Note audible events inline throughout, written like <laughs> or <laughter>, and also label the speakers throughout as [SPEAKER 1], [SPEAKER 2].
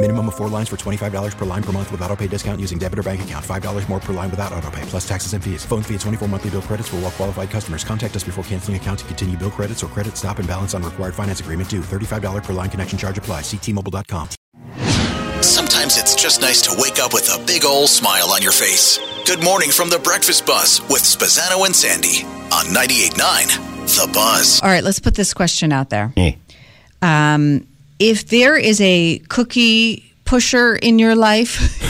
[SPEAKER 1] Minimum of four lines for $25 per line per month with auto pay discount using debit or bank account. $5 more per line without auto pay, plus taxes and fees. Phone fee at 24 monthly bill credits for all well qualified customers. Contact us before canceling account to continue bill credits or credit stop and balance on required finance agreement due. $35 per line connection charge apply. Ctmobile.com.
[SPEAKER 2] Sometimes it's just nice to wake up with a big old smile on your face. Good morning from the Breakfast Bus with Spazzano and Sandy on 98.9 The Buzz.
[SPEAKER 3] All right, let's put this question out there.
[SPEAKER 4] Yeah.
[SPEAKER 3] Um, if there is a cookie pusher in your life,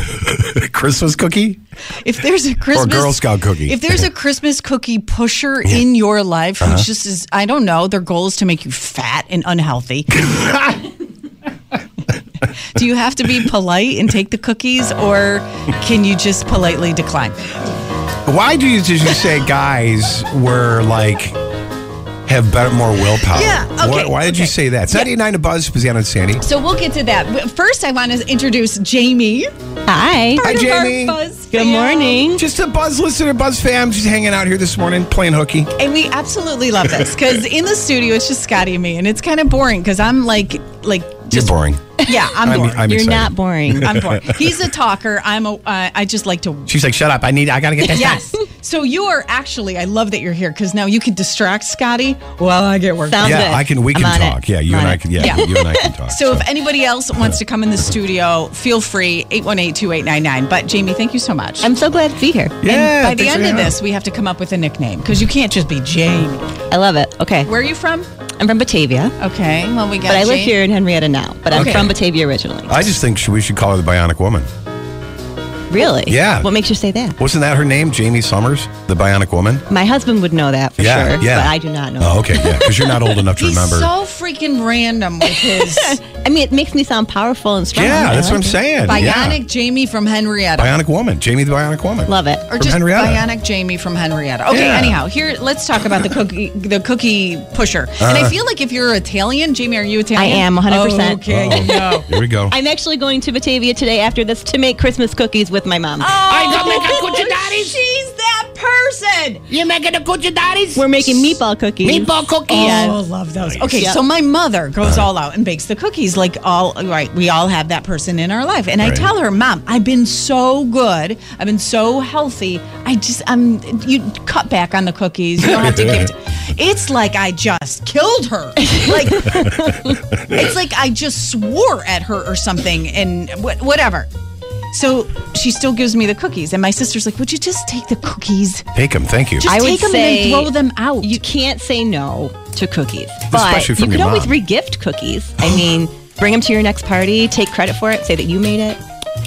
[SPEAKER 3] <laughs>
[SPEAKER 4] Christmas cookie?
[SPEAKER 3] if there's a Christmas
[SPEAKER 4] Girl Scout cookie.
[SPEAKER 3] if
[SPEAKER 4] <laughs>
[SPEAKER 3] there's a Christmas cookie pusher in your life who
[SPEAKER 4] Uh-huh.
[SPEAKER 3] just is, I don't know, their goal is to make you fat and
[SPEAKER 4] <laughs>
[SPEAKER 3] unhealthy. Do you have to be polite and take the cookies, or can you just politely decline?
[SPEAKER 4] Why do you, did you say guys were like have better, more willpower?
[SPEAKER 3] Yeah, okay,
[SPEAKER 4] Why, why did you
[SPEAKER 3] okay.
[SPEAKER 4] say that? It's
[SPEAKER 3] Yeah.
[SPEAKER 4] 99 to Buzz, Spaziano and Sandy.
[SPEAKER 3] So we'll get to that. But First, I want to introduce Jamie. Hi.
[SPEAKER 4] Hi, Jamie.
[SPEAKER 3] Good morning.
[SPEAKER 4] Just a Buzz listener, Buzz fam, just hanging out here this morning playing hooky.
[SPEAKER 3] And we absolutely love this because in the studio it's just Scotty and me, and it's kind of boring because I'm like, like,
[SPEAKER 4] You're boring.
[SPEAKER 3] yeah, I'm
[SPEAKER 4] I'm,
[SPEAKER 3] boring.
[SPEAKER 4] I'm excited.
[SPEAKER 3] boring. I'm boring. He's a talker. I'm a. Uh, I just
[SPEAKER 5] <laughs>
[SPEAKER 3] like to.
[SPEAKER 4] She's like, shut up. I need, I got to get this
[SPEAKER 3] Yes. So you are actually. I love that you're here because now you can distract Scotty while I get work.
[SPEAKER 4] done. Yeah, I can, we can talk. Yeah, you and I can, yeah,
[SPEAKER 3] Yeah.
[SPEAKER 4] you and I can talk.
[SPEAKER 3] So if anybody else wants to come in the studio, feel free 818-2899. But Jamie, thank you so much.
[SPEAKER 5] I'm so glad to be here.
[SPEAKER 4] yeah,
[SPEAKER 3] By the end
[SPEAKER 4] thanks for
[SPEAKER 3] of
[SPEAKER 4] hanging out.
[SPEAKER 3] this, we have to come up with a nickname because you can't just be Jamie.
[SPEAKER 5] I love it. Okay.
[SPEAKER 3] Where are you from?
[SPEAKER 5] I'm from Batavia,
[SPEAKER 3] Okay. Well, we got
[SPEAKER 5] but I live
[SPEAKER 3] Jamie.
[SPEAKER 5] here in Henrietta now, but
[SPEAKER 3] Okay.
[SPEAKER 5] I'm from Batavia originally.
[SPEAKER 4] I just think she- we should call her the Bionic Woman.
[SPEAKER 5] really?
[SPEAKER 4] Yeah.
[SPEAKER 5] What makes you say that?
[SPEAKER 4] Wasn't that her name, Jamie Summers, the Bionic Woman?
[SPEAKER 5] My husband would know that for
[SPEAKER 4] yeah,
[SPEAKER 5] sure,
[SPEAKER 4] yeah.
[SPEAKER 5] but I do not know.
[SPEAKER 4] Oh, okay, yeah, because you're not old enough to
[SPEAKER 3] He's
[SPEAKER 4] remember.
[SPEAKER 3] so freaking random with his
[SPEAKER 4] <laughs>
[SPEAKER 5] I mean, it makes me sound powerful and strong.
[SPEAKER 4] yeah,
[SPEAKER 5] I
[SPEAKER 4] that's what I'm
[SPEAKER 5] like it.
[SPEAKER 4] saying.
[SPEAKER 3] bionic
[SPEAKER 4] Yeah.
[SPEAKER 3] Jamie from Henrietta.
[SPEAKER 4] Bionic Woman, Jamie the Bionic Woman.
[SPEAKER 5] Love it.
[SPEAKER 3] or
[SPEAKER 4] from
[SPEAKER 3] just
[SPEAKER 4] Henrietta.
[SPEAKER 3] bionic Jamie from Henrietta. Okay,
[SPEAKER 4] Yeah.
[SPEAKER 3] anyhow, here let's talk about the cookie the cookie pusher. and
[SPEAKER 4] Uh-huh.
[SPEAKER 3] I feel like if you're Italian, Jamie, are you Italian?
[SPEAKER 5] I am, 100%.
[SPEAKER 3] Okay.
[SPEAKER 4] Oh, <laughs> Here we go.
[SPEAKER 5] I'm actually going to Batavia today after this to make Christmas cookies with my mom.
[SPEAKER 3] Oh,
[SPEAKER 4] Oh
[SPEAKER 3] She's that person.
[SPEAKER 6] You making the cuchinaris?
[SPEAKER 5] We're making meatball cookies.
[SPEAKER 6] Meatball cookies.
[SPEAKER 3] Oh, love those. Okay,
[SPEAKER 5] Yep.
[SPEAKER 3] so my mother goes all out and bakes the cookies. Like all right, we all have that person in our life, and I
[SPEAKER 4] Right.
[SPEAKER 3] tell her, Mom, I've been so good, I've been so healthy. I just, I'm. You cut back on the cookies. You don't have to give. It's like I just killed her. Like it's like I just swore at her or something, and wh- whatever. So she still gives me the cookies, and my sister's like, "Would you just take the cookies?
[SPEAKER 4] Take him. Thank you.
[SPEAKER 3] Just
[SPEAKER 5] I would
[SPEAKER 3] take them
[SPEAKER 5] say
[SPEAKER 3] and then throw them out."
[SPEAKER 5] You can't say no to cookies, but
[SPEAKER 4] Especially from
[SPEAKER 5] you can
[SPEAKER 4] your
[SPEAKER 5] always
[SPEAKER 4] mom.
[SPEAKER 5] regift cookies. I mean, bring them to your next party, take credit for it, say that you made it.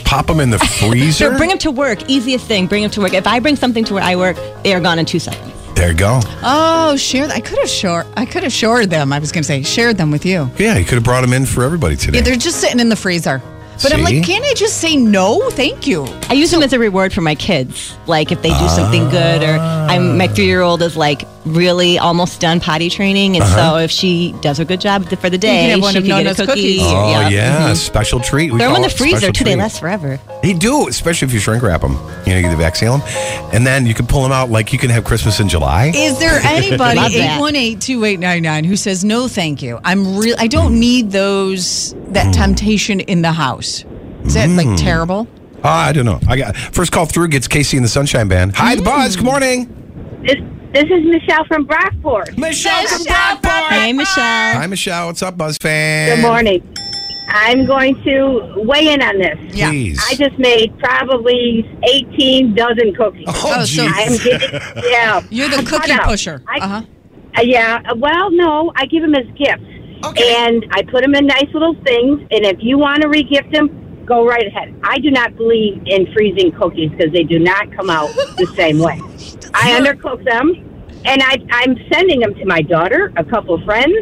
[SPEAKER 4] Pop him in
[SPEAKER 5] <laughs>
[SPEAKER 4] the freezer.
[SPEAKER 5] Sure, bring them to work. Easiest thing, bring them to work. If I bring something to where I work, they are gone in two seconds.
[SPEAKER 4] there you go.
[SPEAKER 3] Oh, share. I could have shore. I could have shored them. I was going to say shared them with you.
[SPEAKER 4] Yeah, you could have brought him in for everybody today.
[SPEAKER 3] Yeah, they're just sitting in the freezer. But I'm
[SPEAKER 4] See?
[SPEAKER 3] like, can't I just say no? Thank you.
[SPEAKER 5] I use them as a reward for my kids. Like if they do something good, or I'm my three year old is like really almost done potty training, and so
[SPEAKER 4] Uh-huh.
[SPEAKER 5] if she does a good job for the day,
[SPEAKER 3] can have one
[SPEAKER 5] she
[SPEAKER 3] of
[SPEAKER 5] could
[SPEAKER 3] Nona's
[SPEAKER 5] get a cookie.
[SPEAKER 3] cookies.
[SPEAKER 4] oh yeah,
[SPEAKER 5] yeah. Mm-hmm.
[SPEAKER 4] special treat. We
[SPEAKER 5] Throw them
[SPEAKER 4] call
[SPEAKER 5] in the
[SPEAKER 4] it special
[SPEAKER 5] freezer too. They
[SPEAKER 4] treat.
[SPEAKER 5] last forever.
[SPEAKER 4] They do, especially if you shrink wrap them. You know, you exhale them, and then you can pull them out like you can have Christmas in July.
[SPEAKER 3] Is there
[SPEAKER 5] <laughs>
[SPEAKER 3] anybody
[SPEAKER 5] Love that.
[SPEAKER 3] 818-2899 who says no thank you? I'm real I don't need those
[SPEAKER 4] Hmm.
[SPEAKER 3] that temptation in the house. Is that like terrible?
[SPEAKER 4] Ah, I don't know. I got first call through gets Casey and the Sunshine Band. Hi, the Buzz. Good morning,
[SPEAKER 7] This, this is Michelle from Brockport.
[SPEAKER 4] Michelle.
[SPEAKER 5] Hey, Michelle.
[SPEAKER 4] Hi, Michelle. What's up, Buzz fan?
[SPEAKER 7] Good morning. I'm going to weigh in on this.
[SPEAKER 3] Yeah.
[SPEAKER 4] Please.
[SPEAKER 7] I just made probably 18 dozen cookies.
[SPEAKER 3] Oh, so-
[SPEAKER 7] I'm getting,
[SPEAKER 4] <laughs>
[SPEAKER 7] yeah.
[SPEAKER 3] You're the
[SPEAKER 7] I'm cut
[SPEAKER 3] cookie
[SPEAKER 7] out.
[SPEAKER 3] pusher.
[SPEAKER 7] I-
[SPEAKER 3] Uh-huh.
[SPEAKER 7] Uh, yeah. uh, Well, no, I give them as gifts.
[SPEAKER 3] Okay.
[SPEAKER 7] And I put them in nice little things. And if you want to regift them, go right ahead. I do not believe in freezing cookies because they do not come out the same way. I undercook them, and I, I'm sending them to my daughter, a couple friends,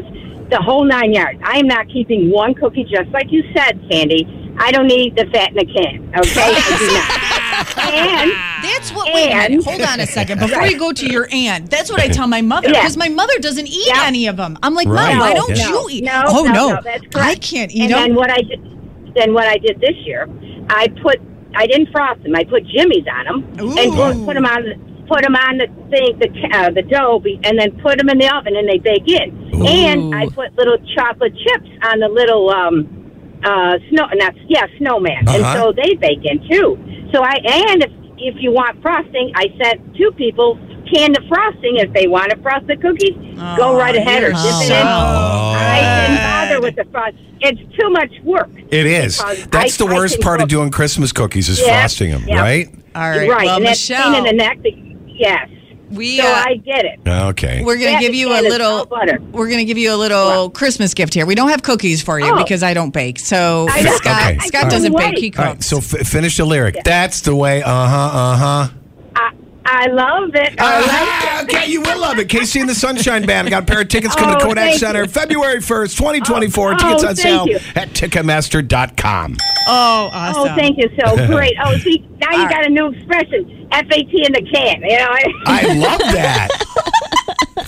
[SPEAKER 7] the whole nine yards. I am not keeping one cookie, just like you said, Sandy. I don't need the fat in the can. Okay, I do not. And
[SPEAKER 3] That's what. Wait a
[SPEAKER 7] And-
[SPEAKER 3] minute. Hold on
[SPEAKER 7] <laughs>
[SPEAKER 3] a second. Before you go to your aunt, that's what I tell my mother
[SPEAKER 7] Yeah.
[SPEAKER 3] because my mother doesn't eat
[SPEAKER 7] Yeah.
[SPEAKER 3] any of them. I'm like,
[SPEAKER 4] Right.
[SPEAKER 3] Mom, why
[SPEAKER 4] No,
[SPEAKER 3] don't
[SPEAKER 4] no,
[SPEAKER 3] you eat?
[SPEAKER 7] No,
[SPEAKER 3] oh
[SPEAKER 7] no, no, that's
[SPEAKER 3] I
[SPEAKER 7] correct.
[SPEAKER 3] can't eat
[SPEAKER 7] and
[SPEAKER 3] them.
[SPEAKER 7] then what I did, then what I did this year, I put, I didn't frost them. I put jimmies on them and
[SPEAKER 3] Ooh.
[SPEAKER 7] put, put them on, the- put them on the thing, the ca- uh, the dough, be- and then put them in the oven and they bake in. And I put little chocolate chips on the little um, uh, snow, not yeah, snowman,
[SPEAKER 4] Uh-huh.
[SPEAKER 7] and so they bake in too. So I and if if you want frosting, I sent two people canned the frosting if they want to frost the cookies. go right ahead or
[SPEAKER 3] you're
[SPEAKER 7] dip it in.
[SPEAKER 4] Oh.
[SPEAKER 7] I didn't bother with the frost. It's too much work.
[SPEAKER 4] It is.
[SPEAKER 7] Because
[SPEAKER 4] That's
[SPEAKER 7] Uh, I-
[SPEAKER 4] the
[SPEAKER 7] I
[SPEAKER 4] worst
[SPEAKER 7] can
[SPEAKER 4] part of
[SPEAKER 7] cook.
[SPEAKER 4] doing Christmas cookies is
[SPEAKER 7] Yeah,
[SPEAKER 4] frosting them,
[SPEAKER 7] yeah.
[SPEAKER 4] right?
[SPEAKER 3] All right.
[SPEAKER 7] right,
[SPEAKER 3] Well,
[SPEAKER 7] and that's
[SPEAKER 3] Michelle,
[SPEAKER 7] pain in the neck. That, yes.
[SPEAKER 3] We,
[SPEAKER 7] so
[SPEAKER 3] uh,
[SPEAKER 7] I get it.
[SPEAKER 4] Okay.
[SPEAKER 3] We're gonna
[SPEAKER 7] That
[SPEAKER 3] give you a
[SPEAKER 7] and it's
[SPEAKER 3] little.
[SPEAKER 7] all butter.
[SPEAKER 3] We're gonna give you a little Christmas gift here. We don't have cookies for you
[SPEAKER 7] Oh.
[SPEAKER 3] because I don't bake. So
[SPEAKER 7] I know.
[SPEAKER 3] Scott,
[SPEAKER 4] Okay.
[SPEAKER 3] Scott
[SPEAKER 4] All right.
[SPEAKER 3] doesn't bake.
[SPEAKER 7] Wait.
[SPEAKER 3] He
[SPEAKER 4] All
[SPEAKER 3] cooks.
[SPEAKER 4] right, so f- finish the lyric. That's the way. Uh huh. Uh huh.
[SPEAKER 7] I, I love it. I love it.
[SPEAKER 4] Ah, <laughs> okay, you will love it. Casey and the Sunshine Band got a pair of tickets coming to
[SPEAKER 7] Oh,
[SPEAKER 4] Kodak
[SPEAKER 7] thank
[SPEAKER 4] Center
[SPEAKER 7] you.
[SPEAKER 4] February 1st, 2024.
[SPEAKER 7] Oh,
[SPEAKER 4] tickets on
[SPEAKER 7] thank
[SPEAKER 4] sale
[SPEAKER 7] you.
[SPEAKER 4] at Ticketmaster.com.
[SPEAKER 3] Oh,
[SPEAKER 7] Oh,
[SPEAKER 3] awesome.
[SPEAKER 7] thank you. So great. Oh, see, now you
[SPEAKER 3] All
[SPEAKER 7] got a new expression, FAT in the can. You know,
[SPEAKER 4] I love that.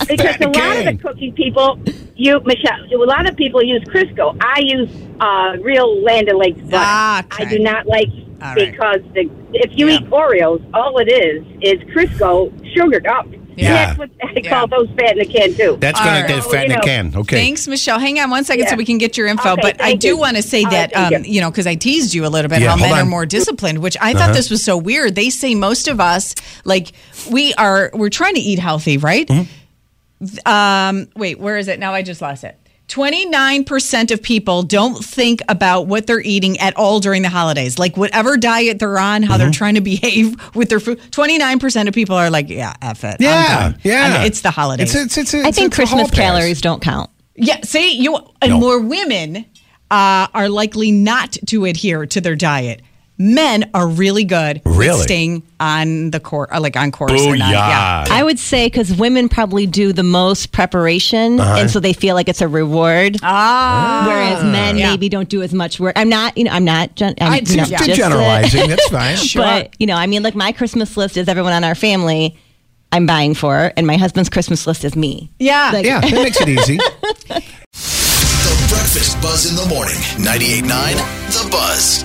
[SPEAKER 7] <laughs> because
[SPEAKER 4] in
[SPEAKER 7] a
[SPEAKER 4] the
[SPEAKER 7] lot of
[SPEAKER 4] can.
[SPEAKER 7] the cooking people, you Michelle, a lot of people use Crisco. I use uh, real Land O'Lakes butter.
[SPEAKER 3] Ah, okay.
[SPEAKER 7] I do not like
[SPEAKER 3] All right.
[SPEAKER 7] because the if you eat Oreos, all it is is Crisco sugared up.
[SPEAKER 4] Yeah.
[SPEAKER 7] And that's <laughs> what I
[SPEAKER 3] Yeah.
[SPEAKER 7] call those fat in the can too.
[SPEAKER 4] That's going
[SPEAKER 3] All
[SPEAKER 4] to get
[SPEAKER 7] right.
[SPEAKER 4] fat in a
[SPEAKER 7] You know,
[SPEAKER 4] can. Okay.
[SPEAKER 3] Thanks, Michelle. Hang on one second so
[SPEAKER 7] Yeah.
[SPEAKER 3] we can get your info.
[SPEAKER 7] Okay,
[SPEAKER 3] but I
[SPEAKER 7] thank
[SPEAKER 3] do
[SPEAKER 7] you.
[SPEAKER 3] want to say
[SPEAKER 7] All right,
[SPEAKER 3] that,
[SPEAKER 7] thank
[SPEAKER 3] um,
[SPEAKER 7] you.
[SPEAKER 3] you know, because I teased you a little bit
[SPEAKER 4] Yeah,
[SPEAKER 3] how
[SPEAKER 4] hold
[SPEAKER 3] men are
[SPEAKER 4] on. Uh-huh.
[SPEAKER 3] more disciplined, which I thought this was so weird. They say most of us, like, we are, we're trying to eat healthy, right?
[SPEAKER 4] Mm-hmm.
[SPEAKER 3] Th- Um, wait, where is it? Now I just lost it. 29% of people don't think about what they're eating at all during the holidays. Like, whatever diet they're on, how they're
[SPEAKER 4] Mm-hmm.
[SPEAKER 3] trying to behave with their food. 29% of people are like, yeah, F it. I'm
[SPEAKER 4] Yeah.
[SPEAKER 3] done."
[SPEAKER 4] Yeah.
[SPEAKER 3] I mean, it's the holidays.
[SPEAKER 4] It's, it's, it's,
[SPEAKER 5] I
[SPEAKER 4] it's-
[SPEAKER 5] think
[SPEAKER 4] it's a hall
[SPEAKER 5] Christmas
[SPEAKER 4] pass.
[SPEAKER 5] calories don't count.
[SPEAKER 3] Yeah, see, you and
[SPEAKER 4] No.
[SPEAKER 3] more women uh, are likely not to adhere to their diet. Men are really good at
[SPEAKER 4] Really?
[SPEAKER 3] staying on the course, like on course. and on-
[SPEAKER 4] Booyah.
[SPEAKER 5] I would say because women probably do the most preparation,
[SPEAKER 3] Uh-huh.
[SPEAKER 5] and so they feel like it's a reward. Ah, whereas men
[SPEAKER 3] Yeah.
[SPEAKER 5] maybe don't do as much work. I'm not, you know, I'm not. Gen- I'm,
[SPEAKER 4] It's
[SPEAKER 5] not
[SPEAKER 4] just
[SPEAKER 5] <laughs>
[SPEAKER 4] generalizing. That's fine.
[SPEAKER 5] But you know, I mean, like my Christmas list is everyone on our family. I'm buying for, and my husband's Christmas list is me.
[SPEAKER 3] Yeah.
[SPEAKER 5] Like,
[SPEAKER 4] Ah, Yeah, that makes
[SPEAKER 5] <laughs>
[SPEAKER 4] it easy.
[SPEAKER 2] The Breakfast Buzz in the morning. 98.9 The Buzz.